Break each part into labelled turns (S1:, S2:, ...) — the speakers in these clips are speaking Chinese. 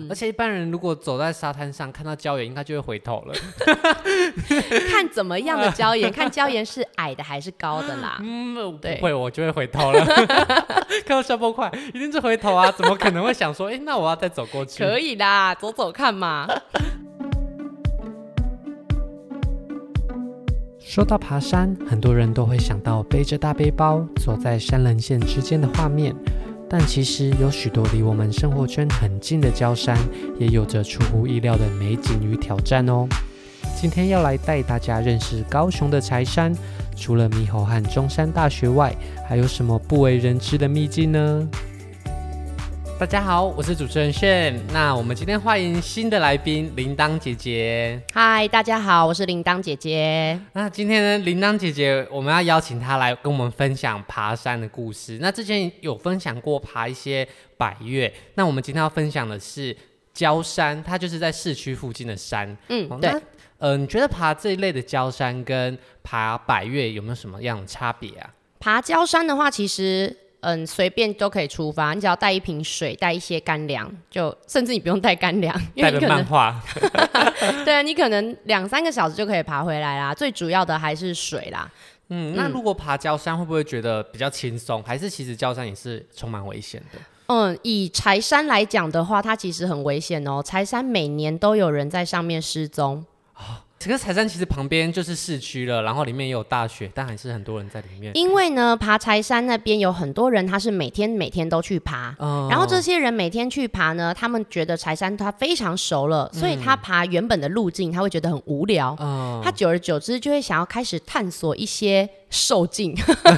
S1: 嗯
S2: 而且一般人如果走在沙滩上看到礁岩，应该就会回头 了。
S1: 看怎么样的礁 岩，看礁岩是矮的还是高的啦。
S2: 嗯，我不
S1: 啊对
S2: 会，我就会回头了。 看到消波块，一定是回头 啊！怎么可能会想说，哎、那我要再走过去？
S1: 可以啦，走走看嘛。
S2: 说到爬山，很多人都会想到背着大背包走在山棱线之间的画面，但其实有许多离我们生活圈很近的郊山，也有着出乎意料的美景与挑战哦。今天要来带大家认识高雄的柴山，除了猕猴和中山大学外，还有什么不为人知的秘境呢？大家好，我是主持人炫。那我们今天欢迎新的来宾铃铛姐姐。
S1: 嗨，大家好，我是铃铛姐姐。
S2: 那今天呢，铃铛姐姐，我们要邀请她来跟我们分享爬山的故事。那之前有分享过爬一些百越，那我们今天要分享的是焦山，它就是在市区附近的山。
S1: 嗯
S2: 哦，
S1: 对
S2: 那，呃，你觉得爬这一类的焦山跟爬百越有没有什么样的差别啊？
S1: 爬礁山的话，其实嗯，随便都可以出发，你只要带一瓶水，带一些干粮，就甚至你不用带干 粮，因
S2: 带
S1: 为
S2: 着
S1: 你可
S2: 漫
S1: 能
S2: 画，
S1: 对啊，你可能两三个小时就可以爬回来啦。最主要的还是水啦。
S2: 嗯，那如果爬焦山会不会觉得比较轻松？还是其实焦山也是充满危险的？
S1: 嗯，以柴山来讲的话，它其实很危险哦。柴山每年都有人在上面失踪，
S2: 这个柴山其实旁边就是市区了，然后里面也有大学，但还是很多人在里面。
S1: 因为呢，爬柴山那边有很多人，他是每天每天都去爬。
S2: 嗯
S1: 然后这些人每天去爬呢，他们觉得柴山他非常熟了，所以他爬原本的路径他会觉得很无聊，
S2: 嗯
S1: 他久而久之就会想要开始探索一些兽径，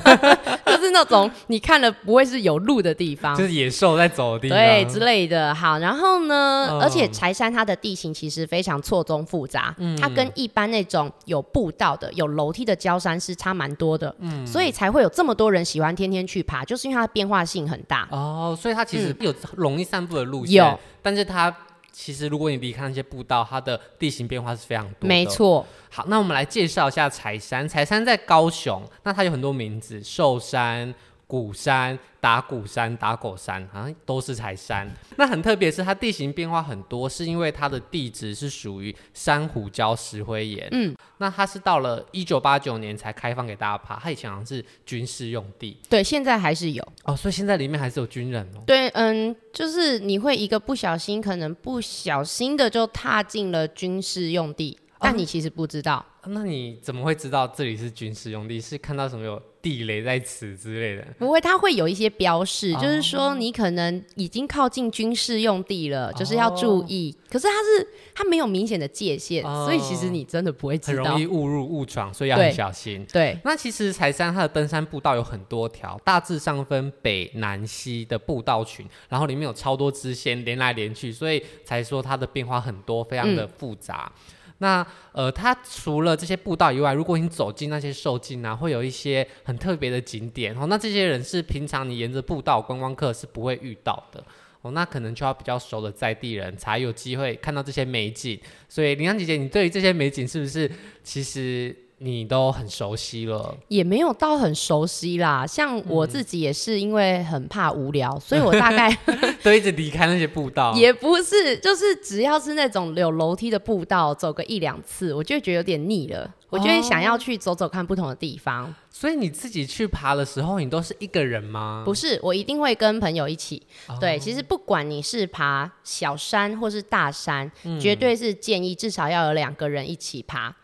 S1: 就是那种你看了不会是有路的地方
S2: 就，是野兽在走的地方，
S1: 啊对之类的。好，然后呢，
S2: 啊嗯
S1: 而且柴山它的地形其实非常错综复杂，它跟一般那种有步道的、有楼梯的焦山是差蛮多的，所以才会有这么多人喜欢天天去爬，就是因为它的变化性很大。
S2: 哦，所以它其实有容易散步的路线，
S1: 嗯有，
S2: 但是它其实如果你离开那些步道，它的地形变化是非常多的。
S1: 没。错，
S2: 好，那我们来介绍一下柴山。柴山在高雄，那它有很多名字，寿山。鼓山、打鼓山、打狗山，好像都是柴
S1: 嗯
S2: 山。那很特别是它地形变化很多，是因为它的地质是属于珊瑚礁石灰岩。嗯，那它是到了一九八九年才开放给大家爬，它以前好像是军事用地。
S1: 对，现在还是有。
S2: 哦，所以现在里面还是有军人哦。
S1: 对，嗯，就是你会一个不小心，可能不小心的就踏进了军事用地，但你其实不知道。
S2: 啊那你怎么会知道这里是军事用地？是看到什么有地雷在此之类的？
S1: 不会，它会有一些标示，
S2: 哦
S1: 就是说你可能已经靠近军事用地
S2: 哦
S1: 了，就是要注意。可是它是它没有明显的界限，
S2: 哦
S1: 所以其实你真的不会
S2: 很
S1: 知道
S2: 容。易误入误闯，所以要很
S1: 对
S2: 小心。
S1: 对，
S2: 那其实柴山它的登山步道有很多条，大致上分北南西的步道群，然后里面有超多支线连来连去，所以才说它的变化很多，非常的复杂。嗯那呃，它除了这些步道以外，如果你走进那些兽径啊，会有一些很特别的景点哦。那这些人是平常你沿着步道观光客是不会遇到的哦。那可能就要比较熟的在地人才有机会看到这些美景。所以林阳姐姐，你对于这些美景是不是其实你都很熟悉了？
S1: 也没有到很熟悉啦。像我自己也是因为很怕无
S2: 嗯
S1: 聊，所以我 大概
S2: 都一直离开那些步道，
S1: 也不是，就是只要是那种有楼梯的步道，走个一两次，我就会觉得有点腻了。我就会想
S2: 哦
S1: 要去走走看不同的地方。
S2: 所以你自己去爬的时候，你都是一个人吗？
S1: 不是，我一定会跟朋友一起。对，其实不管你是爬小山或是大山，绝对是建议至少要有两个人一起爬。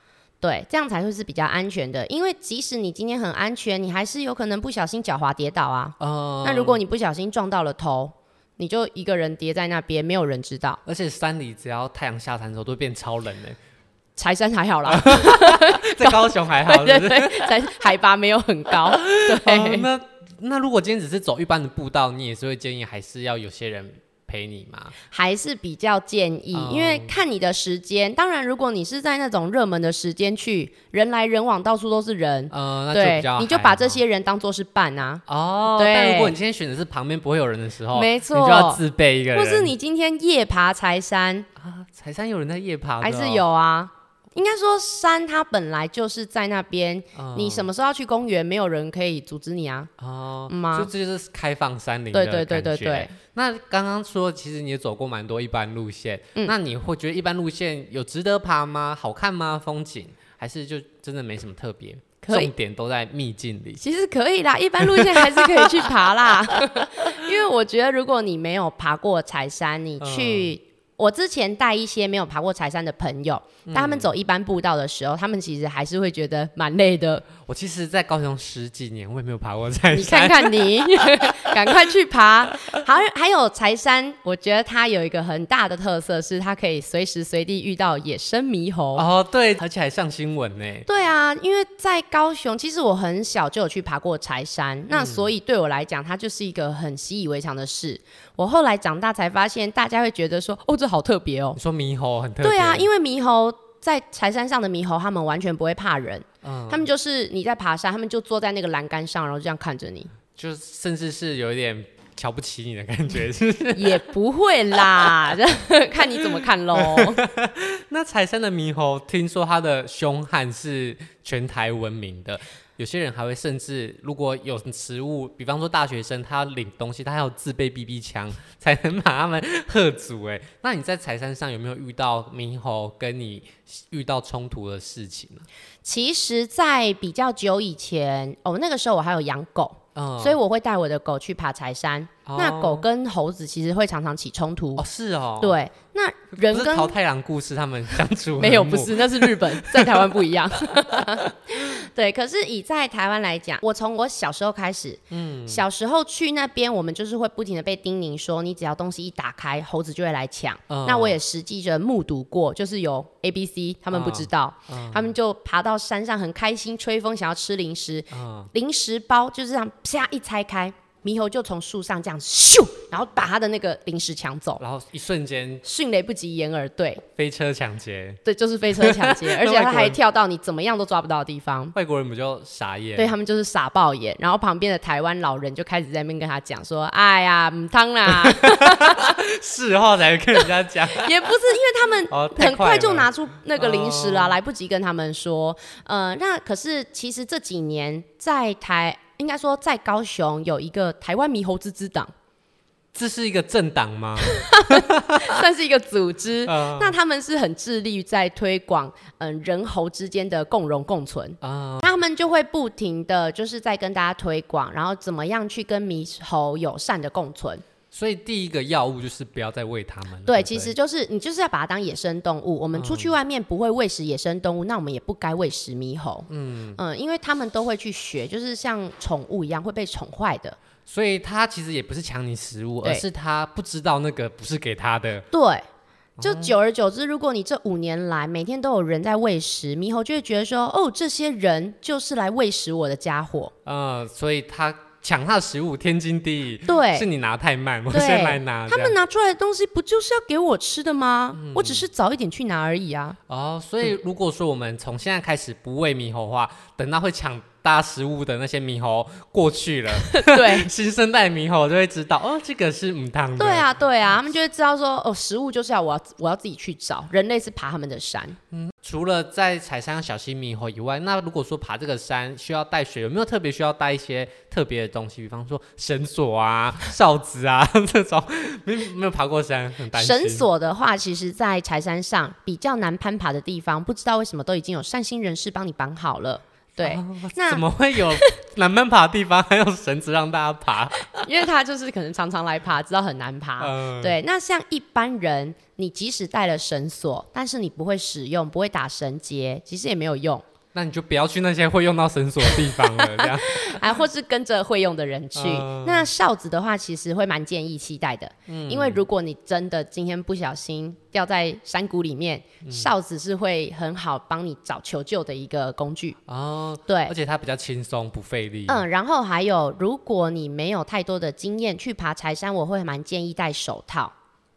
S1: 对，这样才会是比较安全的。因为即使你今天很安全，你还是有可能不小心脚滑跌倒啊。
S2: 呃，
S1: 那如果你不小心撞到了头，你就一个人跌在那边，没有人知道。
S2: 而且山里只要太阳下山的时候，都会变超冷 的。
S1: 柴山还好啦，
S2: 在高雄还好，
S1: 对
S2: 是不
S1: 对
S2: 是？
S1: 对，柴海拔没有很高。
S2: 哦
S1: 对，
S2: 那那如果今天只是走一般的步道，你也是会建议还是要有些人陪你吗？
S1: 还是比较建议，
S2: 哦
S1: 因为看你的时间。当然，如果你是在那种热门的时间去，人来人往，到处都是人，
S2: 呃，那就比
S1: 对
S2: 较，
S1: 你就
S2: 还
S1: 把
S2: 好
S1: 这些人当做是伴啊。
S2: 哦。
S1: 对
S2: 但如果你今天选的是旁边不会有人的时候，
S1: 没
S2: 哦你就要
S1: 错
S2: 自备一个人。
S1: 或是你今天夜爬柴山，
S2: 啊，柴山有人在夜爬的哦，
S1: 还是有啊？应该说山它本来就是在那边，
S2: 嗯
S1: 你什么时候要去公园，没有人可以阻止你啊。
S2: 哦，
S1: 嗯吗
S2: 就这就是开放山林的
S1: 对对对对
S2: 感觉
S1: 对。
S2: 那刚刚说，其实你也走过蛮多一般路线，
S1: 嗯
S2: 那你会觉得一般路线有值得爬吗？好看吗？风景还是就真的没什么特别？
S1: 可以
S2: 重点都在秘境里。
S1: 其实可以啦，一般路线还是可以去爬啦。 因为我觉得，如果你没有爬过柴山，你去、我之前带一些没有爬过柴山的朋友，但他们走一般步道的时候，他们其实还是会觉得蛮累的。
S2: 我其实，在高雄十几年，我也没有爬过山。
S1: 你看看你， 赶快去爬。还还有柴山，我觉得它有一个很大的特色是，它可以随时随地遇到野生猕猴。
S2: 哦，对，而且还上新闻呢。
S1: 对啊，因为在高雄，其实我很小就有去爬过柴山，
S2: 嗯
S1: 那所以对我来讲，它就是一个很习以为常的事。我后来长大才发现，大家会觉得说，哦，这好特别哦
S2: 你。说猕猴很特别，
S1: 对啊，因为猕猴在柴山上的猕猴，他们完全不会怕人，
S2: 嗯
S1: 他们就是你在爬山，他们就坐在那个栏杆上，然后就这样看 着你，
S2: 就甚至是有一点瞧不起你的感觉，是不是？
S1: 也不会啦， 看你怎么 看喽。
S2: 那财山的猕猴，听说它的凶悍是全台闻名的。有些人还会甚至，如果有食物，比方说大学生，他要领东西，他还要自备 BB 枪才能把他们喝阻。哎，那你在财山上有没有遇到猕猴跟你遇到冲突的事情呢？
S1: 其实，在比较久以前，哦，那个时候我还有养狗。
S2: 嗯，
S1: 所以我会带我的狗去爬柴山。
S2: 哦
S1: 那狗跟猴子其实会常常起冲突，
S2: 哦是哦，，
S1: 对。那人
S2: 不是
S1: 跟
S2: 桃太郎故事他们相处
S1: 没有
S2: 和睦
S1: 不是，那是日本，在台湾不一 样。对，可是以在台湾来讲，我从我小时候开始，嗯，小时候去那边，我们就是会不停的被叮咛说，你只要东西一打开，猴子就会来抢。
S2: 嗯
S1: 那我也实际的目睹过，就是有 A、B、C，他们
S2: 嗯
S1: 不知道，他们就爬到山上很开心，吹风想要吃零食，
S2: 嗯
S1: 零食包就是这样啪一拆开，猕猴就从树上这样咻，然后把他的那个零食抢走，
S2: 然后一瞬间
S1: 迅雷不及掩耳。对，
S2: 飞车抢劫，
S1: 对，就是飞车抢劫，而且他还跳到你怎么样都抓不到的地方。
S2: 外国人不就傻眼？
S1: 对他啊们就是傻爆眼，然后旁边的台湾老人就开始在那边跟他讲说：“哎呀，唔汤啦，
S2: 事后哦才跟人家讲，
S1: 也不是因为他们
S2: 哦，太
S1: 很快就
S2: 了
S1: 拿出那个零食了，来不及跟他们说。呃，那可是其实这几年在台，应该说在高雄有一个台湾猕猴之之党，
S2: 这是一个政党吗？
S1: 算是一个组织。
S2: 嗯
S1: 那他们是很致力在推广，嗯，人猴之间的共荣共存。
S2: 啊，
S1: 那他们就会不停的就是在跟大家推广，然后怎么样去跟猕猴友善的共存。
S2: 所以第一个药物就是不要再喂它们了。
S1: 对，
S2: 不
S1: 其实就是你就是要把它当野生动物。我们出去外面不会喂食野生动物，那我们也不该喂食猕猴。嗯因为他们都会去学，就是像宠物一样会被宠坏的。
S2: 所以它其实也不是抢你食物，
S1: 对
S2: 而是它不知道那个不是给它的。
S1: 对，就久而久之，如果你这五年来每天都有人在喂食，猕猴就会觉得说，哦，这些人就是来喂食我的 家伙。
S2: 嗯，所以它抢它的食物天经地义。
S1: 对
S2: 是你拿太慢，我
S1: 对
S2: 先来拿。
S1: 他
S2: 这样
S1: 们拿出来的东西不就是要给我吃的吗？我只是早一点去拿而 已啊。
S2: 哦，所以如果说我们从现在开始不喂猕猴的话，等到会抢大家食物的那些猕猴过去了，
S1: 对。
S2: 新生代猕猴就会知道哦，这个是母汤的。
S1: 对，啊，对啊，他们就会知道说，哦，食物就是要我要我要自己去找，人类是爬他们的山。
S2: 除了在踩山小心猕猴以外，那如果说爬这个山需要带水，有没有特别需要带一些特别的东西？比方说绳索 啊、哨子啊 这种，没没有爬过山，很担心。
S1: 绳索的话，其实，在柴山上比较难攀爬的地方，不知道为什么都已经有善心人士帮你绑好了。 对，
S2: 啊怎
S1: 那
S2: 么会有难攀爬的地方还有绳子让大家 爬？
S1: 因为他就是可能常常来爬，知道很难爬。
S2: 嗯，
S1: 对，那像一般人，你即使带了绳索，但是你不会使用，不会打绳结，其实也没有用。
S2: 那你就不要去那些会用到绳索的地方了， 这样。
S1: 啊，或是跟着会用的人去。
S2: 嗯
S1: 那哨子的话，其实会蛮建议期待的，因为如果你真的今天不小心掉在山谷里面，
S2: 嗯
S1: 哨子是会很好帮你找求救的一个工具。
S2: 哦，
S1: 对
S2: 而，且它比较轻松，不费力。
S1: 嗯，然后还有，如果你没有太多的经验去爬柴山，我会蛮建议戴手套。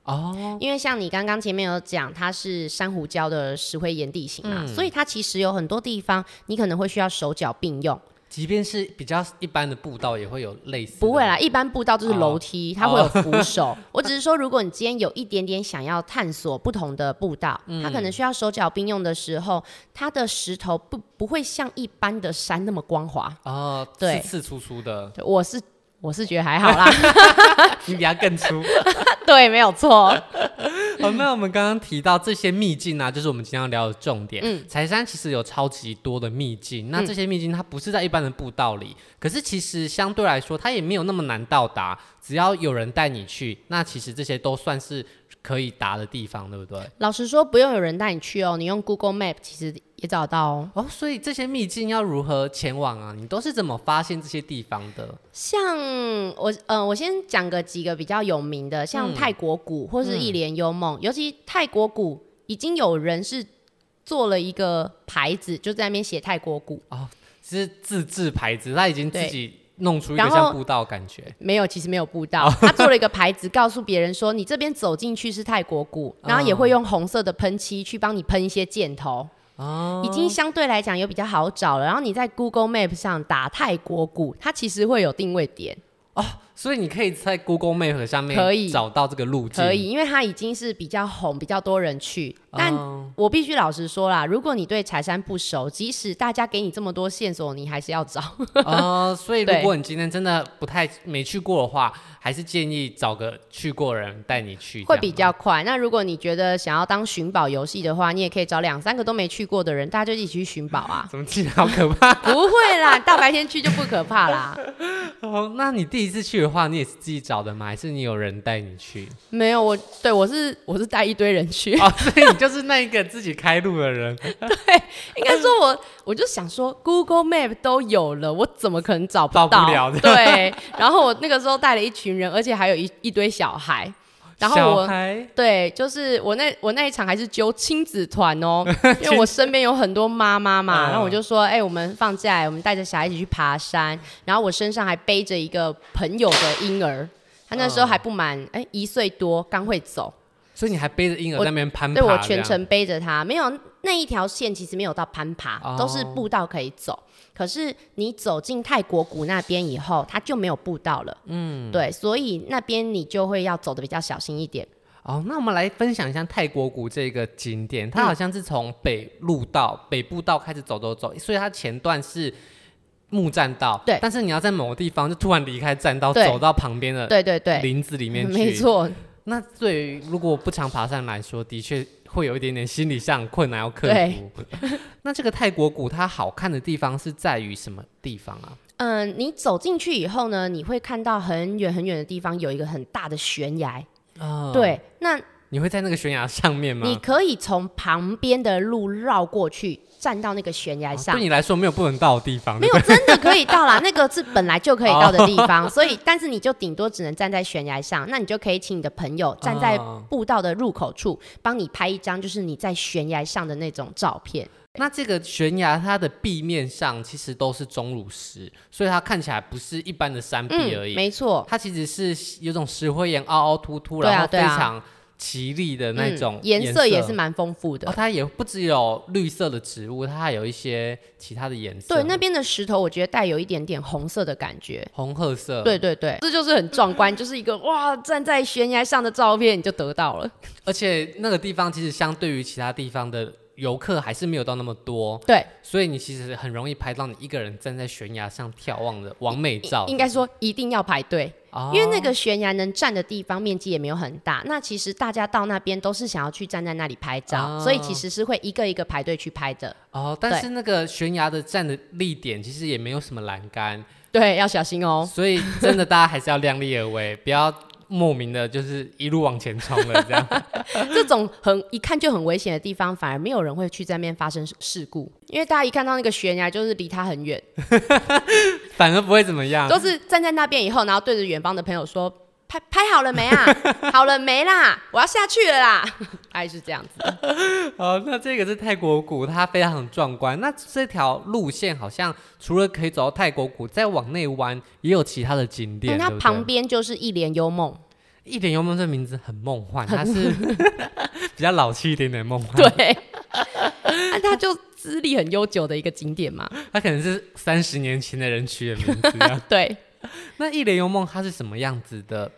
S2: 哦，
S1: 因为像你刚刚前面有讲，它是珊瑚嗯礁的石灰岩地形嘛，所以它其实有很多地方你可能会需要手脚并用。
S2: 即便是比较一般的步道，也会有类似的。
S1: 不会啦，一般步道就是哦楼梯，它会有扶手。我只是说，如果你今天有一点点想要探索不同的步道，它可能需要手脚并用的时候，它的石头不不会像一般的山那么光滑。
S2: 哦，
S1: 对
S2: 刺刺粗粗的，
S1: 对我是我是觉得还好 啦，
S2: 你比它更粗。
S1: 对，没有错。
S2: 好，那哦我们刚刚提到这些秘境啊，就是我们今天要聊的重点。嗯，柴山其实有超级多的秘境，
S1: 嗯
S2: 那这些秘境它不是在一般的步道里，可是其实相对来说它也没有那么难到达，只要有人带你去，那其实这些都算是可以达的地方，对不对？
S1: 老实说，不用有人带你去哦，你用 Google Map 其实也找得到哦。
S2: 哦，所以这些秘境要如何前往啊？你都是怎么发现这些地方的？
S1: 像我，呃，我先讲个几个比较有名的，像泰国鼓或是一帘幽梦，尤其泰国鼓已经有人是做了一个牌子，就在那边写泰国鼓。
S2: 是自制牌子，他已经自
S1: 对
S2: 己弄出一个
S1: 然后
S2: 像步道的感觉。
S1: 没有，其实没有步道，他做了一个牌子，告诉别人说你这边走进去是泰国鼓，然后也会用红色的喷漆去帮你喷一些箭头，
S2: 哦，
S1: 已经相对来讲有比较好找了。然后你在 Google Map 上打泰国鼓，它其实会有定位点。
S2: 所以你可以在 Google Map 上面
S1: 可以
S2: 找到这个路径。
S1: 可以，因为它已经是比较红，比较多人去。但
S2: 哦
S1: 我必须老实说啦，如果你对柴山不熟，即使大家给你这么多线索，你还是要找。
S2: 呃，所以如
S1: 对
S2: 果你今天真的不太没去过的话，还是建议找个去过人带你去，这样
S1: 会
S2: 啊
S1: 比
S2: 吗。
S1: 较快。那如果你觉得想要当寻宝游戏的话，你也可以找两三个都没去过的人，大家就一起去寻宝啊
S2: 怎么记得好可怕？
S1: 不会啦，大白天去就不可怕啦。
S2: 哦，那你第一次去的话，你也是自己找的吗？还是你有人带你去？
S1: 没有，我对我是我是带一堆人去，
S2: 哦，所以你就是那一个自己开路的 人。
S1: 应该说我我就想说 Google Map 都有了，我怎么可能找到？
S2: 到不了的
S1: 对，然后我那个时候带了一群人，而且还有一一堆小孩，然后
S2: 小
S1: 我
S2: 孩
S1: 对，就是我那我那一场还是揪亲子团哦， 因为我身边有很多妈妈嘛，
S2: 嗯
S1: 然后我就说，哎、我们放假，我们带着小孩一起去爬山，然后我身上还背着一个朋友的婴儿，他那时候还不满，
S2: 嗯
S1: 哎、一岁多，刚会走，
S2: 所以你还背着婴儿
S1: 我
S2: 在那边攀爬
S1: 对
S2: 这
S1: 我
S2: 样，
S1: 全程背着他，没有那一条线其实没有到攀爬，
S2: 哦
S1: 都是步道可以走。可是你走进泰国谷那边以后，它就没有步道了，嗯，对，所以那边你就会要走的比较小心一点。
S2: 哦，那我们来分享一下泰国谷这个景点，
S1: 嗯
S2: 它好像是从北路道、北步道开始走走走，所以它前段是木栈道，
S1: 对
S2: 但是你要在某个地方就突然离开栈道，
S1: 对
S2: 走到旁边的
S1: 对对对，
S2: 林呃子里面去。
S1: 没。错，
S2: 那对于如果不常爬山来说，的确会有一点点心理上困难要克
S1: 对
S2: 服。 那这个泰国谷它好看的地方是在于什么地方啊？
S1: 嗯，你走进去以后呢，你会看到很远很远的地方有一个很大的悬崖。
S2: 啊、，
S1: 对，那
S2: 你会在那个悬崖上面吗？
S1: 你可以从旁边的路绕过去，站到那个悬崖
S2: 哦
S1: 上
S2: 对。你来说没有不能到的地方，
S1: 没有，真的可以到啦，那个是本来就可以到的地 方，所以但是你就顶多只能站在悬崖上，那你就可以请你的朋友站在
S2: 哦
S1: 步道的入口处，帮你拍一张就是你在悬崖上的那种照片。
S2: 那这个悬崖它的壁面上其实都是钟乳石，所以它看起来不是一般的山壁而已，
S1: 嗯没错，
S2: 它其实是有种石灰岩凹凹凸凸，
S1: 对啊
S2: 然后非
S1: 对啊
S2: 常奇丽的那种
S1: 嗯
S2: 颜
S1: 颜色也是。蛮丰富的
S2: 哦，。它也不只有绿色的植物，它还有一些其他的颜色，
S1: 对，那边的石头我觉得带有一点点红色的感觉，
S2: 红褐色。
S1: 对，对对，呃这就是很壮观，就是一个哇站在悬崖上的照片，你就得到了。
S2: 而且那个地方其实相对于其他地方的游客还是没有到那么多，
S1: 对，
S2: 所以你其实很容易拍到你一个人站在悬崖上眺望的完美照。
S1: 应该说一定要排队，
S2: 哦，
S1: 因为那个悬崖能站的地方面积也没有很大。那其实大家到那边都是想要去站在那里拍照，
S2: 哦
S1: 所以其实是会一个一个排队去拍的。
S2: 哦，但
S1: 对
S2: 是那个悬崖的站的立点其实也没有什么栏杆，
S1: 对，要小心哦。
S2: 所以真的大家还是要量力而为，不要莫名的就是一路往前冲了这 样。
S1: 这种很一看就很危险的地方，反而没有人会去在那边发生事故，因为大家一看到那个悬崖就是离它很远，
S2: 反而不会怎么样。
S1: 都是站在那边以后，然后对着远方的朋友说：“拍拍好了没 啊？好了没啦？我要下去了啦！” 大概是这样子。
S2: 好，哦那这个是泰国谷，它非常壮观。那这条路线好像除了可以走到泰国谷，再往内弯也有其他的景点。
S1: 嗯它
S2: 对不对
S1: 旁边就是一帘幽梦，
S2: 一点幽梦这名字很梦 嗯幻，它是比较老气一点点的梦幻。
S1: 对，啊，它就资历很悠久的一个景点嘛。
S2: 它可能是三十年前的人取的 名字、啊。
S1: 对，
S2: 那一帘幽梦它是什么样子的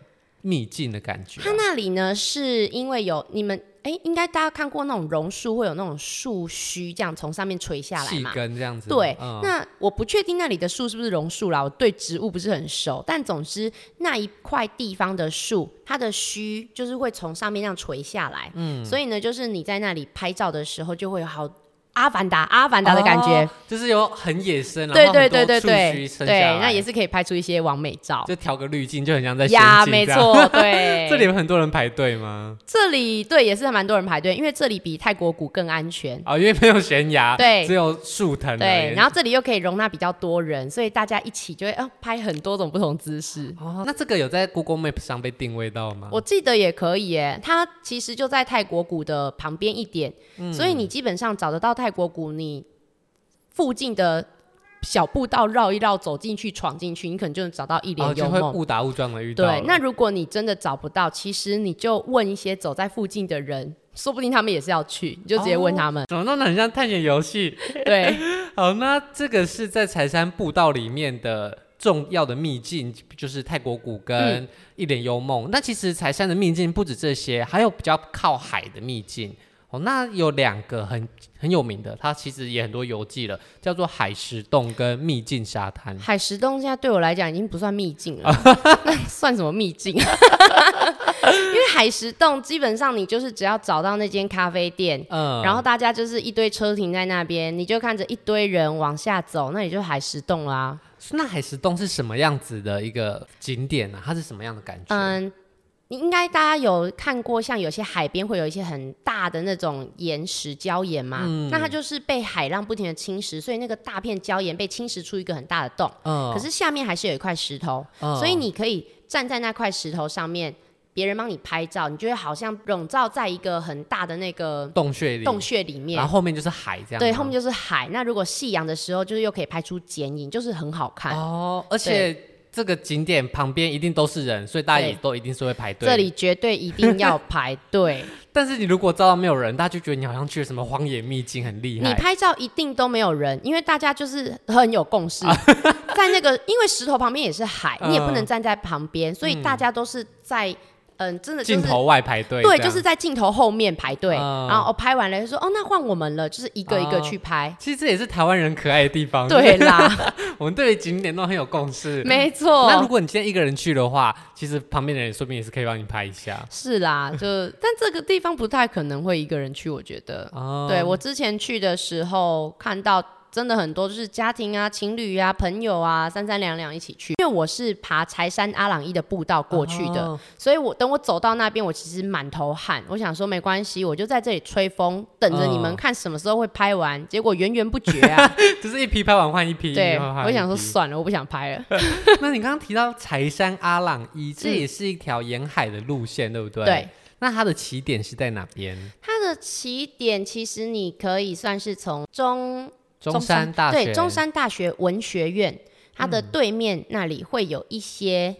S2: 秘境的感觉啊、
S1: 它那里呢，是因为有你们哎、应该大家看过那种榕树会有那种树须这样从上面垂下来
S2: 细
S1: 嘛。
S2: 根这样子吗。
S1: 对，
S2: 嗯
S1: 那我不确定那里的树是不是榕树啦，我对植物不是很熟，但总之那一块地方的树，它的须就是会从上面这样垂下来，嗯，所以呢，就是你在那里拍照的时候就会有好阿凡达阿凡达的感觉，
S2: 哦就是有很野生，然
S1: 对
S2: 后
S1: 对
S2: 很
S1: 对
S2: 多
S1: 对
S2: 触须
S1: 对
S2: 伸下
S1: 对
S2: 来，
S1: 那也是可以拍出一些完美照
S2: 就调个滤镜，就很像在
S1: 呀，
S2: 仙境
S1: 没
S2: 这样。
S1: 错， 对，
S2: 这里有很多人排队吗？
S1: 这里对也是蛮多人排队，因为这里比泰国谷更安全。
S2: 啊、因为没有悬崖，
S1: 嗯对
S2: 只有树藤而已。
S1: 对，然后这里又可以容纳比较多人，所以大家一起就会啊、拍很多种不同姿势。
S2: 哦，那这个有在 Google Map 上被定位到吗？
S1: 我记得也可以耶，它其实就在泰国谷的旁边一点，
S2: 嗯
S1: 所以你基本上找得到泰国谷，你附近的小步道绕一绕，走进去、闯进去，你可能就能找到一
S2: 哦，
S1: 帘
S2: 就
S1: 幽
S2: 会
S1: 梦。
S2: 误打误撞的遇到了。
S1: 对，那如果你真的找不到，其实你就问一些走在附近的人，说不定他们也是要去，你就直接问他们。
S2: 怎么弄得哦很像探险游戏？
S1: 对，
S2: 好，那这个是在柴山步道里面的重要的秘境，就是泰国谷
S1: 嗯
S2: 跟一帘幽梦。那其实柴山的秘境不止这些，还有比较靠海的秘境。哦，那有两个很很有名的，它其实也很多游记了，叫做海石洞跟秘境沙滩。
S1: 海石洞现在对我来讲已经不算秘境 了，那算什么秘境？啊 因为海石洞基本上你就是只要找到那间咖啡店，
S2: 嗯，
S1: 然后大家就是一堆车停在那边，你就看着一堆人往下走，那你就海石洞啦、
S2: 那海石洞是什么样子的一个景点呢、啊？它是什么样的感觉？
S1: 嗯，你应该大家有看过，像有些海边会有一些很大的那种岩石礁岩嘛，
S2: 嗯
S1: 那它就是被海浪不停的侵蚀，所以那个大片礁岩被侵蚀出一个很大的洞，
S2: 嗯
S1: 可是下面还是有一块石头，
S2: 嗯
S1: 呃所以你可以站在那块石头上面，别人帮你拍照，你就会好像笼罩在一个很大的那个
S2: 洞穴里，
S1: 洞穴里面
S2: 然后。后面就是海这样吗。
S1: 对，后面就是海。那如果夕阳的时候，就是又可以拍出剪影，就是很好看。
S2: 哦，而且这个景点旁边一定都是人，所以大家也
S1: 对
S2: 都一定是会排队。
S1: 这，里绝对一 定要排队，
S2: 但是你如果照到没有人，大家就觉得你好像去了什么荒野秘境，很厉
S1: 你
S2: 害。
S1: 拍照一定都没有人，因为大家就是很有 共识，在那个因为石头旁边也是海，你也不能
S2: 嗯
S1: 站在旁边，所以大家都是在嗯、真的就
S2: 镜
S1: 是
S2: 头外排队，
S1: 对，
S2: 这
S1: 就
S2: 样
S1: 是。在镜头后面排
S2: 嗯
S1: 队，
S2: 哦
S1: 然后我拍完了就说哦，那换我们了，就是一个一个去拍。
S2: 其实这也是台湾人可爱的地方。
S1: 对，啦，
S2: 我们对于景点都很有共识。
S1: 没错。
S2: 那如果你今天一个人去的话，其实旁边的人说不定也是可以帮你拍一下。
S1: 是啦，就但这个地方不太可能会一个人去，我觉得。
S2: 哦，
S1: 对我之前去的时候看到。真的很多，就是家庭啊、情侣啊、朋友啊，三三两两一起去。因为我是爬柴山阿朗伊的步道过去的，
S2: 哦
S1: 所以我等我走到那边，我其实满头汗。我想说没关系，我就在这里吹风，等着你们
S2: 嗯哎
S1: 看什么时候会拍完。结果源源不绝啊！
S2: 就是一批拍完换一批。一
S1: 对，
S2: 批换
S1: 我
S2: 一
S1: 想说
S2: 批
S1: 算了，我不想拍了。
S2: 那你刚刚提到柴山阿朗伊，这
S1: 嗯
S2: 也是一条沿海的路线，对不对？
S1: 对。
S2: 那它的起点是在哪边？
S1: 它的起点其实你可以算是从中
S2: 中山大学。嗯
S1: 对中。山大学文学院，它的对面那里会有一些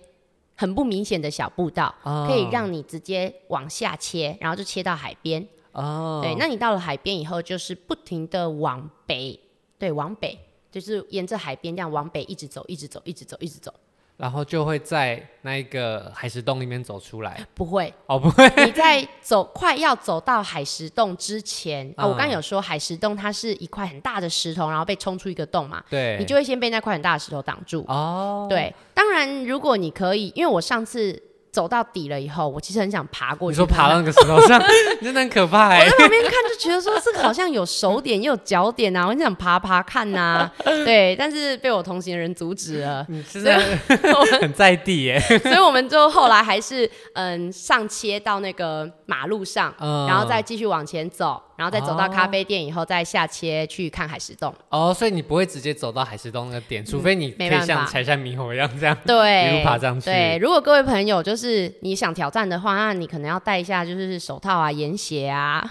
S1: 很不明显的小步道，
S2: 哦
S1: 可以让你直接往下切，然后就切到海边。
S2: 哦。
S1: 对，那你到了海边以后，就是不停的往北，对，往北。就是沿着海边这样往北一直走，一直走，一直走，一直走，
S2: 然后就会在那一个海石洞里面走出来。
S1: 不会，
S2: 哦，不会。
S1: 你在走快要走到海石洞之前啊，我
S2: 嗯
S1: 刚刚有说海石洞它是一块很大的石头，然后被冲出一个洞嘛，
S2: 对。
S1: 你就会先被那块很大的石头挡住。
S2: 哦。
S1: 对，当然如果你可以，因为我上次走到底了以后，我其实很想爬过
S2: 你
S1: 去。
S2: 说爬到那
S1: 到？
S2: 个石头 上，你真的很可怕
S1: 我
S2: 哎、
S1: 在旁边看就觉得说这个好像有手点 也有脚点啊，我很想爬爬看 呐、对，但是被我同行人阻止了。
S2: 你真的 很在地耶、
S1: 所以我们就后来还是嗯上切到那个马路上，
S2: 嗯
S1: 然后再继续往前走，然后再走到
S2: 哦
S1: 咖啡店以后，再下切去看海石洞。
S2: 哦，所以你不会直接走到海石洞那个点，除非你可
S1: 嗯没
S2: 以
S1: 办
S2: 像
S1: 法
S2: 柴山猕猴一样这 样。
S1: 对，
S2: 一路爬上去
S1: 对，如果各位朋友就是你想挑战的话，那你可能要带一下就是手套啊、盐鞋啊，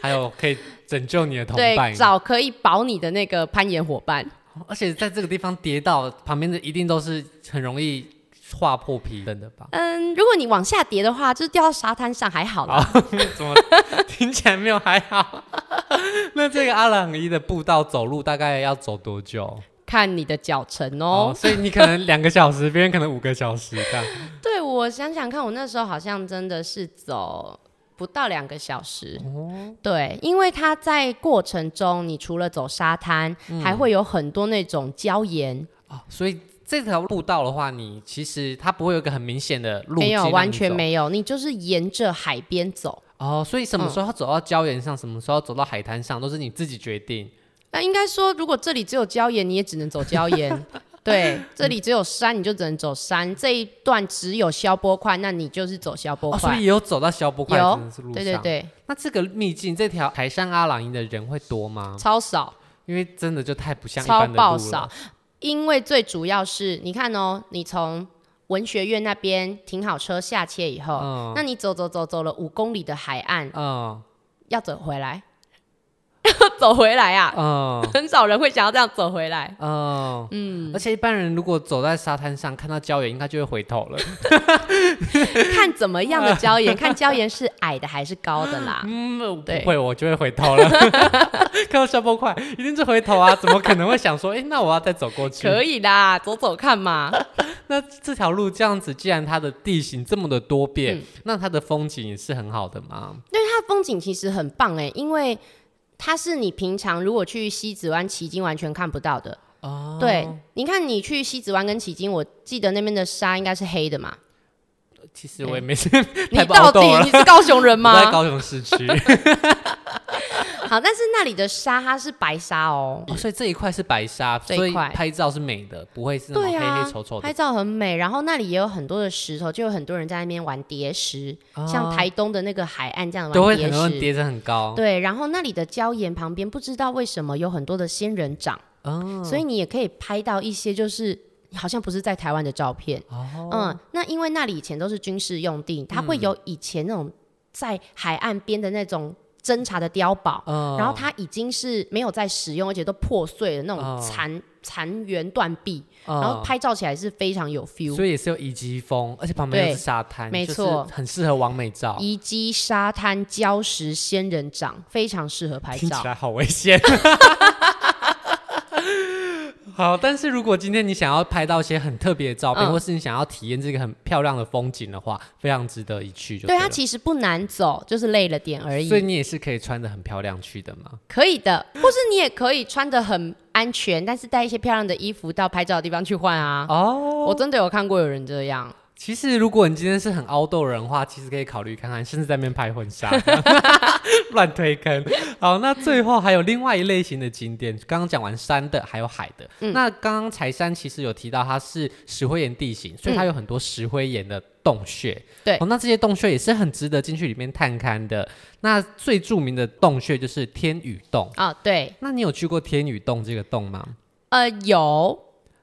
S2: 还有可以拯救你的同
S1: 对，
S2: 伴。
S1: 找可以保你的那个攀岩伙伴。？
S2: 而且在这个地方跌倒，旁边的一定都是很容易划破皮等的吧
S1: 嗯，如果你往
S2: 哦
S1: 下跌的话，就是掉到沙滩上还好啦。
S2: 怎么听起来没有还好？ 那这个阿朗伊的步道走路大概要走多久？
S1: 看你的脚程哦。
S2: 所以你可能两个小时，别人可能五个小时这样。
S1: 对我想想看，我那时候好像真的是走不到两个小时。
S2: 哦
S1: 对，因为它在过程中，你除了走沙滩，
S2: 嗯
S1: 还会有很多那种礁岩，
S2: 哦，所以这条步道的话，你其实它不会有一个很明显的路径，啊
S1: 没有完全。没有，你就是沿着海边走。
S2: 哦，所以什么时候要走到礁岩上，什么时候要走到海滩上，都是你自己决定。
S1: 那应该说，如果这里只有礁岩，你也只能走礁 岩。对，这里只有山，你就只能走山。这一段只有消波块，那你就是走消波
S2: 哦，所
S1: 块。
S2: 以也有走到消波块
S1: 有
S2: 真的是路上。嗯
S1: 对对对，
S2: 那这个秘境这条海上阿朗营的人会多吗？
S1: 超少，
S2: 因为真的就太不像一
S1: 超
S2: 般的
S1: 爆
S2: 路
S1: 少
S2: 了。。
S1: 因为最主要是，你看哦，你从文学院那边停好车下切以后，
S2: 嗯
S1: 那你走走走走了五公里的海岸，
S2: 嗯
S1: 要走回来， 要走回来啊，
S2: 嗯
S1: 很少人会想要这样走 回来。
S2: 嗯嗯，而且一般人如果走在沙滩上看到礁岩，应该就会回头 了。
S1: 看怎么样的礁岩，看礁岩是矮的还是高的啦。
S2: 嗯，我不
S1: 啊对
S2: 会，我就会回头了。 看到消波块，一定是回头啊！怎么可能会想说，哎、那我要再走过去？
S1: 可以啦，走走看嘛。
S2: 那这条路这样子，既然它的地形这么的多变，
S1: 嗯
S2: 那它的风景也是很好的嘛。
S1: 它风景其实很棒哎、因为它是你平常如果去西子湾、旗津完全看不到的。
S2: 哦，
S1: 对，你看你去西子湾跟旗津，我记得那边的沙应该是黑的嘛。
S2: 其实我也没 事，
S1: 你
S2: 太不
S1: 到
S2: 好
S1: 底
S2: 动了
S1: 你是高雄人
S2: 我在
S1: 吗？
S2: 高雄市区、
S1: 好，但是那里的沙它是白沙 哦，
S2: 哦所以这一块是白沙，
S1: 这一
S2: 所以
S1: 块
S2: 拍照是美的，不会是那种
S1: 对啊
S2: 黑黑丑丑的
S1: 拍。照很美。然后那里也有很多的石头，就有很多人在那边玩叠石，
S2: 啊
S1: 像台东的那个海岸这样
S2: 都
S1: 玩
S2: 会
S1: 叠
S2: 很多人
S1: 石。
S2: 叠着很高。
S1: 对，然后那里的礁岩旁边不知道为什么有很多的仙人掌。
S2: 嗯，
S1: 所以你也可以拍到一些就是好像不是在台湾的照片。
S2: 哦，嗯
S1: 嗯，那因为那里以前都是军事用地，它会有以前那种在海岸边的那种侦察的碉堡，
S2: 嗯
S1: 然后它已经是没有在使用，而且都破碎了那
S2: 哦
S1: 种残、残垣断壁，
S2: 嗯
S1: 然后拍照起来是非常有 feel。
S2: 所以也是有遗迹风，而且旁边又
S1: 对
S2: 是沙滩，
S1: 没
S2: 就是
S1: 错
S2: 很适合完美照。
S1: 遗迹、沙滩、礁石、仙人掌，非常适合拍
S2: 听
S1: 照
S2: 起。来好危险。 好，但是如果今天你想要拍到一些很特别的照片，
S1: 嗯
S2: 或是你想要体验这个很漂亮的风景的话，非常值得一去就
S1: 对，
S2: 了
S1: 它其实不难走，就是累了点而已
S2: 所。以你也是可以穿的很漂亮去的嘛。
S1: 可以的，或是你也可以穿的很安全，但是带一些漂亮的衣服到拍照的地方去换啊。
S2: 哦，
S1: 我真的有看过有人这样，
S2: 其实如果你今天是很凹豆人的话，其实可以考虑看看，甚至在那边拍婚纱， 乱推坑。好，那最后还有另外一类型的景点，刚刚讲完山的，还有海的。那刚刚柴山其实有提到它是石灰岩地形，所以它有很多石灰岩的洞穴。
S1: 对
S2: 哦，那这些洞穴也是很值得进去里面探勘的。那最著名的洞穴就是天宇洞。
S1: 啊、对，
S2: 那你有去过天宇洞这个洞吗？
S1: 呃，有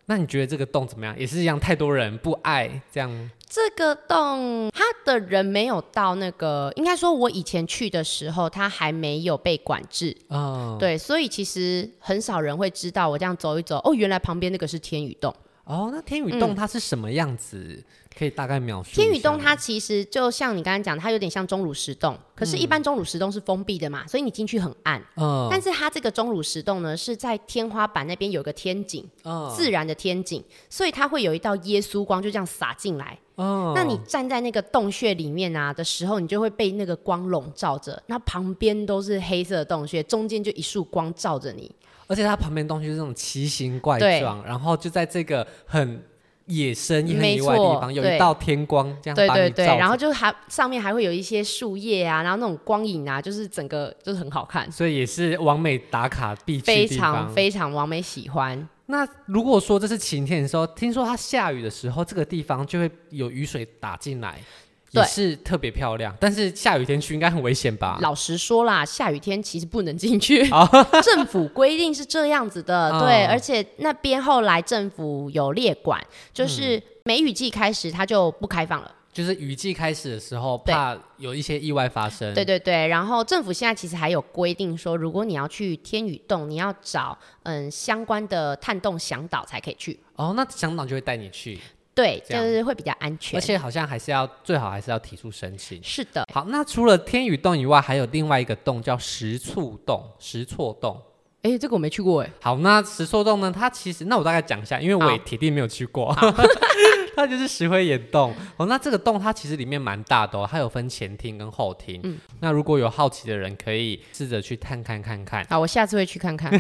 S2: 那你觉得这个洞怎么样？也是一样，太多人不爱这样吗。
S1: 这个洞，它的人没有到那个，应该说我以前去的时候，它还没有被管制，
S2: 嗯，
S1: 对，所以其实很少人会知道我这样走一走，哦，原来旁边那个是天宇洞。
S2: 哦，那天宇洞它是什么样子？可以大概描述一下
S1: 嗯天
S2: 吗。
S1: 宇洞它其实就像你刚才讲，它有点像钟乳石洞，可是，一般钟乳石洞是封闭的嘛，所以你进去很暗。
S2: 嗯
S1: 但是它这个钟乳石洞呢，是在天花板那边有个天井，
S2: 嗯
S1: 自然的天井，所以它会有一道耶稣光就这样洒进来。
S2: 嗯
S1: 那你站在那个洞穴里面啊的时候，你就会被那个光笼罩着，那旁边都是黑色的洞穴，中间就一束光照着你。
S2: 而且它旁边东西是那种奇形怪状，然后就在这个很野生也很
S1: 没
S2: 意外的地
S1: 错
S2: 方，有一
S1: 对
S2: 道天光这样
S1: 对
S2: 把你
S1: 对对，
S2: 照
S1: 然后
S2: 着
S1: 就还上面还会有一些树叶啊，然后那种光影啊，就是整个就是很好看，
S2: 所以也是完美打卡必去
S1: 非
S2: 的地
S1: 常
S2: 方。
S1: 非常完美喜欢。
S2: 那如果说这是晴天的时候，听说它下雨的时候，这个地方就会有雨水打进来，也
S1: 对
S2: 是特别漂亮。但是下雨天去应该很危险吧？
S1: 老实说啦，下雨天其实不能进 去，政府规定是这样子的，
S2: 嗯
S1: 对，而且那边后来政府有列管，就是梅雨季开始它就不开放了，
S2: 就是雨季开始的时候，
S1: 对
S2: 怕有一些意外发生。
S1: 对对对，然后政府现在其实还有规定说，如果你要去天宇洞，你要找嗯相关的探洞向导才可以去。
S2: 哦，那向导就会带你去。
S1: 对，
S2: 这
S1: 就
S2: 样
S1: 是会比较安全
S2: 而。且好像还是要最好还是要提出申请。
S1: 是的，
S2: 好，那除了天宇洞以外，还有另外一个洞叫石厝洞、石错洞。
S1: 哎、这个我没去过哎、
S2: 好，那石错洞呢？它其实，那我大概讲一下，因为我也
S1: 好。
S2: 铁定没有去过。 它就是石灰岩洞哦。那这个洞它其实里面蛮大的哦，它有分前厅跟后厅。那如果有好奇的人，可以试着去探看看看
S1: 好，我下次会去看看。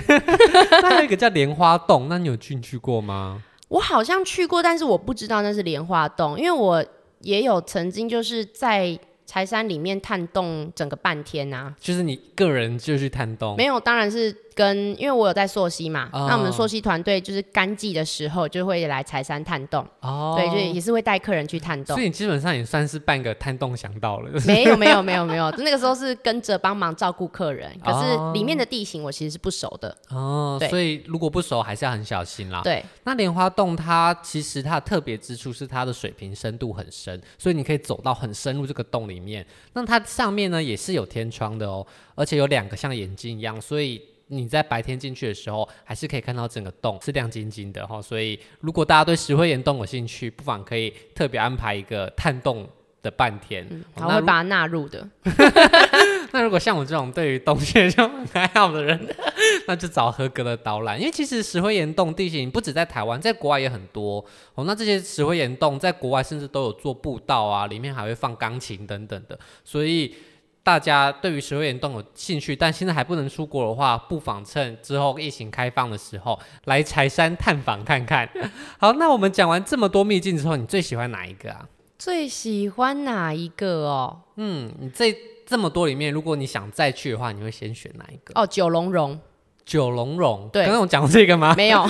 S2: 那还有一个叫莲花洞，那你有进去过吗？
S1: 我好像去过，但是我不知道那是莲花洞，因为我也有曾经就是在柴山里面探洞整个半天啊。
S2: 就是你个人就去探洞
S1: 没，有，当然是跟，因为我有在溯溪嘛，
S2: 哦
S1: 那我们溯溪团队就是干季的时候就会来柴山探洞，
S2: 哦
S1: 对，就是也是会带客人去探洞
S2: 所。以你基本上也算是半个探洞想到了。
S1: 没有没有没有没有，那个时候是跟着帮忙照顾客人，可
S2: 哦
S1: 是里面的地形我其实是不熟的，
S2: 哦，
S1: 对
S2: 所以如果不熟，还是要很小心啦。
S1: 对，
S2: 那莲花洞它其实它的特别之处是它的水平深度很深，所以你可以走到很深入这个洞里面。那它上面呢也是有天窗的哦，而且有两个像眼睛一样，所以。你在白天进去的时候，还是可以看到整个洞是亮晶晶的哈、所以如果大家对石灰岩洞有兴趣，不妨可以特别安排一个探洞的半天。哦
S1: 然
S2: 那
S1: 嗯后会
S2: 如
S1: 把它纳入的。
S2: 那如果像我这种对于洞穴就很还好的人， 那就找合格的导览。因为其实石灰岩洞地形不止在台湾，在国外也很多哦。那这些石灰岩洞在国外甚至都有做步道啊，里面还会放钢琴等等的，所以。大家对于石灰岩洞有兴趣，但现在还不能出国的话，不妨趁之后疫情开放的时候来柴山探访看看。好，那我们讲完这么多秘境之后，你最喜欢哪一个啊？
S1: 最喜欢哪一个哦？
S2: 嗯，你这这么多里面，如果你想再去的话，你会先选哪一个？
S1: 哦，九龙绒
S2: 九龙绒，
S1: 对
S2: 刚刚我讲过这个吗？
S1: 没有，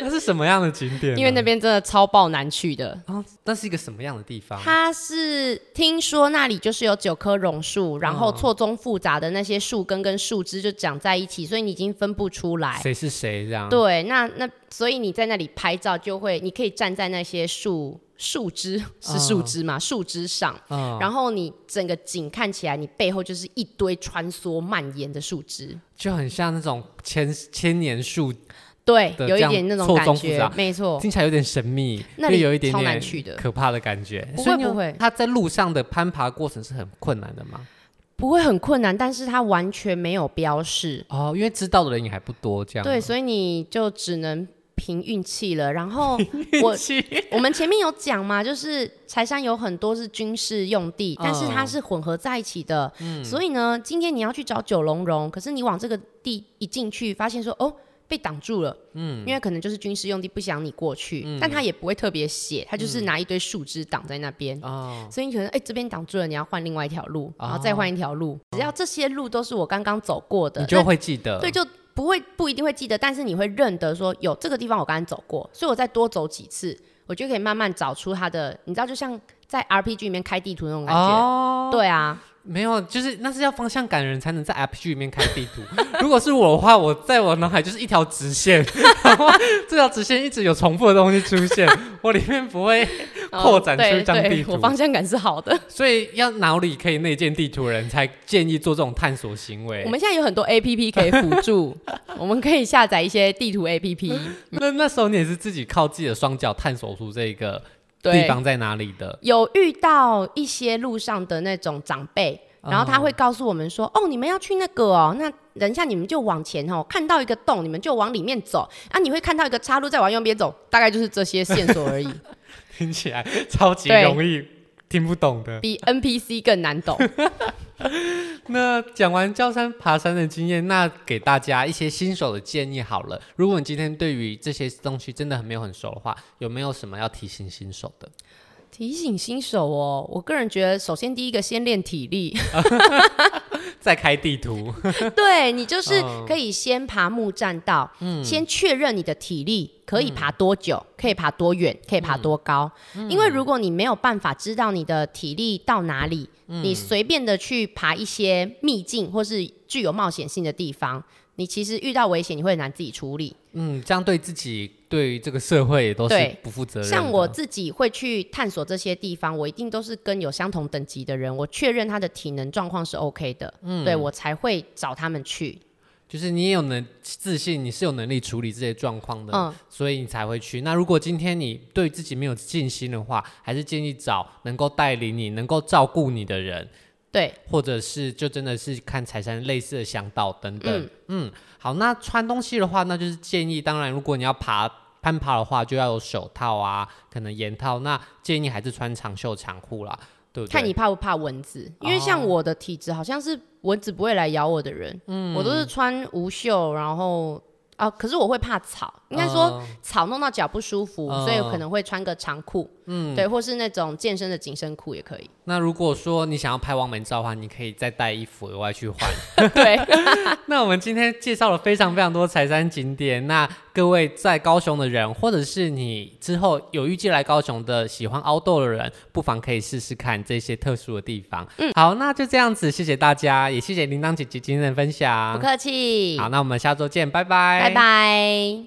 S2: 那是什么样的景点呢？
S1: 因为那边真的超爆难去的。
S2: 哦，那是一个什么样的地方？
S1: 它是听说那里就是有九棵榕
S2: 嗯
S1: 树，然后错综复杂的那些树根跟树枝就长在一起，所以你已经分不出来。
S2: 谁是谁这样？
S1: 对，那那所以你在那里拍照就会，你可以站在那些树树枝是树枝嘛，树枝上，
S2: 嗯，
S1: 然后你整个景看起来，你背后就是一堆穿梭蔓延的树枝，
S2: 就很像那种千千年树，
S1: 对，
S2: 的
S1: 有
S2: 这
S1: 一
S2: 样
S1: 点那种
S2: 错
S1: 感
S2: 综复
S1: 觉
S2: 杂，
S1: 没错，
S2: 听起来有点神秘，
S1: 哦那
S2: 又
S1: 里
S2: 有一点
S1: 超难
S2: 点
S1: 去的
S2: 可怕的感觉。
S1: 不会
S2: 所以你有
S1: 不会
S2: 它在路上的攀爬过程是很困难的嘛？
S1: 不会很困难，但是它完全没有标示，
S2: 哦，因为知道的人也还不多，这样
S1: 对，所以你就只能凭运气了。然后
S2: 我
S1: 我我们前面有讲嘛，就是柴山有很多是军事用地，但是它
S2: 嗯
S1: 是混合在一起的。所以呢，今天你要去找九龙榕，可是你往这个地一进去，发现说哦。被挡住了，嗯，因为可能就是军事用地不想你过去，
S2: 嗯
S1: 但他也不会特别写，他就是拿一堆树枝挡在那边，
S2: 哦，
S1: 所以你可能哎、这边挡住了，你要换另外一条路，
S2: 哦
S1: 然后再换一条路，只要这些路都是我刚刚走过的，
S2: 你
S1: 那
S2: 就会记得。
S1: 对，就不会不一定会记得，但是你会认得说有这个地方我刚刚走过，所以我再多走几次，我就可以慢慢找出它的，你知道，就像在 RPG 里面开地图那种感觉。
S2: 哦，
S1: 对啊，
S2: 没有，就是那是要方向感人才能在 RPG 里面开地图。 如果是我的话，我在我脑海就是一条直线， 然后这条直线一直有重复的东西出现， 我里面不会 扩展出一张
S1: 哦对
S2: 地
S1: 对
S2: 图。
S1: 我方向感是好的。
S2: 所以要脑里可以内建地图的人才建议做这种探索行为
S1: 我。们现在有很多 APP 可以 辅助，我们可以下载一些地图 APP，
S2: 那那时候你也是自己靠自己的双脚探索出这个地
S1: 对，
S2: 方在哪里的。
S1: 有遇到一些路上的那种长辈，
S2: 哦
S1: 然后他会告诉我们说：“哦，你们要去那个哦，那等一下你们就往前哦，看到一个洞你们就往里面走啊，你会看到一个岔路再往右边走，大概就是这些线索 而已，
S2: 听起来超级
S1: 对
S2: 容易听不懂的。
S1: 比 NPC 更难懂。
S2: 那讲完焦山爬山的经验，那给大家一些新手的建议好了。如果你今天对于这些东西真的很没有很熟的话，有没有什么要提醒新手的？
S1: 提醒新手哦，我个人觉得，首先第一个先练体力，
S2: 再开地图，
S1: 对你就是
S2: 嗯
S1: 可以先爬木栈道，先确认你的体力可以爬多久，可以爬多远，可以爬多高。因为如果你没有办法知道你的体力到哪里，你随便的去爬一些秘境或是具有冒险性的地方，你其实遇到危险你会很难自己处理。
S2: 嗯，这样对自己、对于这个社会也都是
S1: 对
S2: 不负责任的。
S1: 像我自己会去探索这些地方，我一定都是跟有相同等级的人，我确认他的体能状况是 OK 的，对我才会找他们去。
S2: 就是你也有能自信，你是有能力处理这些状况的，
S1: 嗯
S2: 所以你才会去。那如果今天你对自己没有信心的话，还是建议找能够带领你、能够照顾你的人，
S1: 对，
S2: 或者是就真的是看财山类似的向导等等。嗯好，那穿东西的话，那就是建议，当然如果你要爬攀爬的话，就要有手套啊，可能盐套。那建议还是穿长袖长裤啦，对不对？
S1: 看你怕不怕蚊子，因为像
S2: 哦
S1: 我的体质好像是蚊子不会来咬我的人，我都是
S2: 嗯
S1: 穿无袖，然后啊，可是我会怕草，应该说
S2: 嗯
S1: 草弄到脚不舒服，
S2: 嗯
S1: 所以可能会穿个长裤，对，或是那种健身的紧身裤也可以，
S2: 那如果说你想要拍王门照的话，你可以再带衣服额外去换。
S1: 对，
S2: 那我们今天介绍了非常非常多财山景点，那各位在高雄的人，或者是你之后有预计来高雄的喜欢 outdoor 的人，不妨可以试试看这些特殊的地方。嗯，好，那就这样子，谢谢大家，也谢谢铃铛姐姐今天的分
S1: 不
S2: 享。
S1: 客气，
S2: 好，那我们下周见，拜拜，
S1: 拜拜。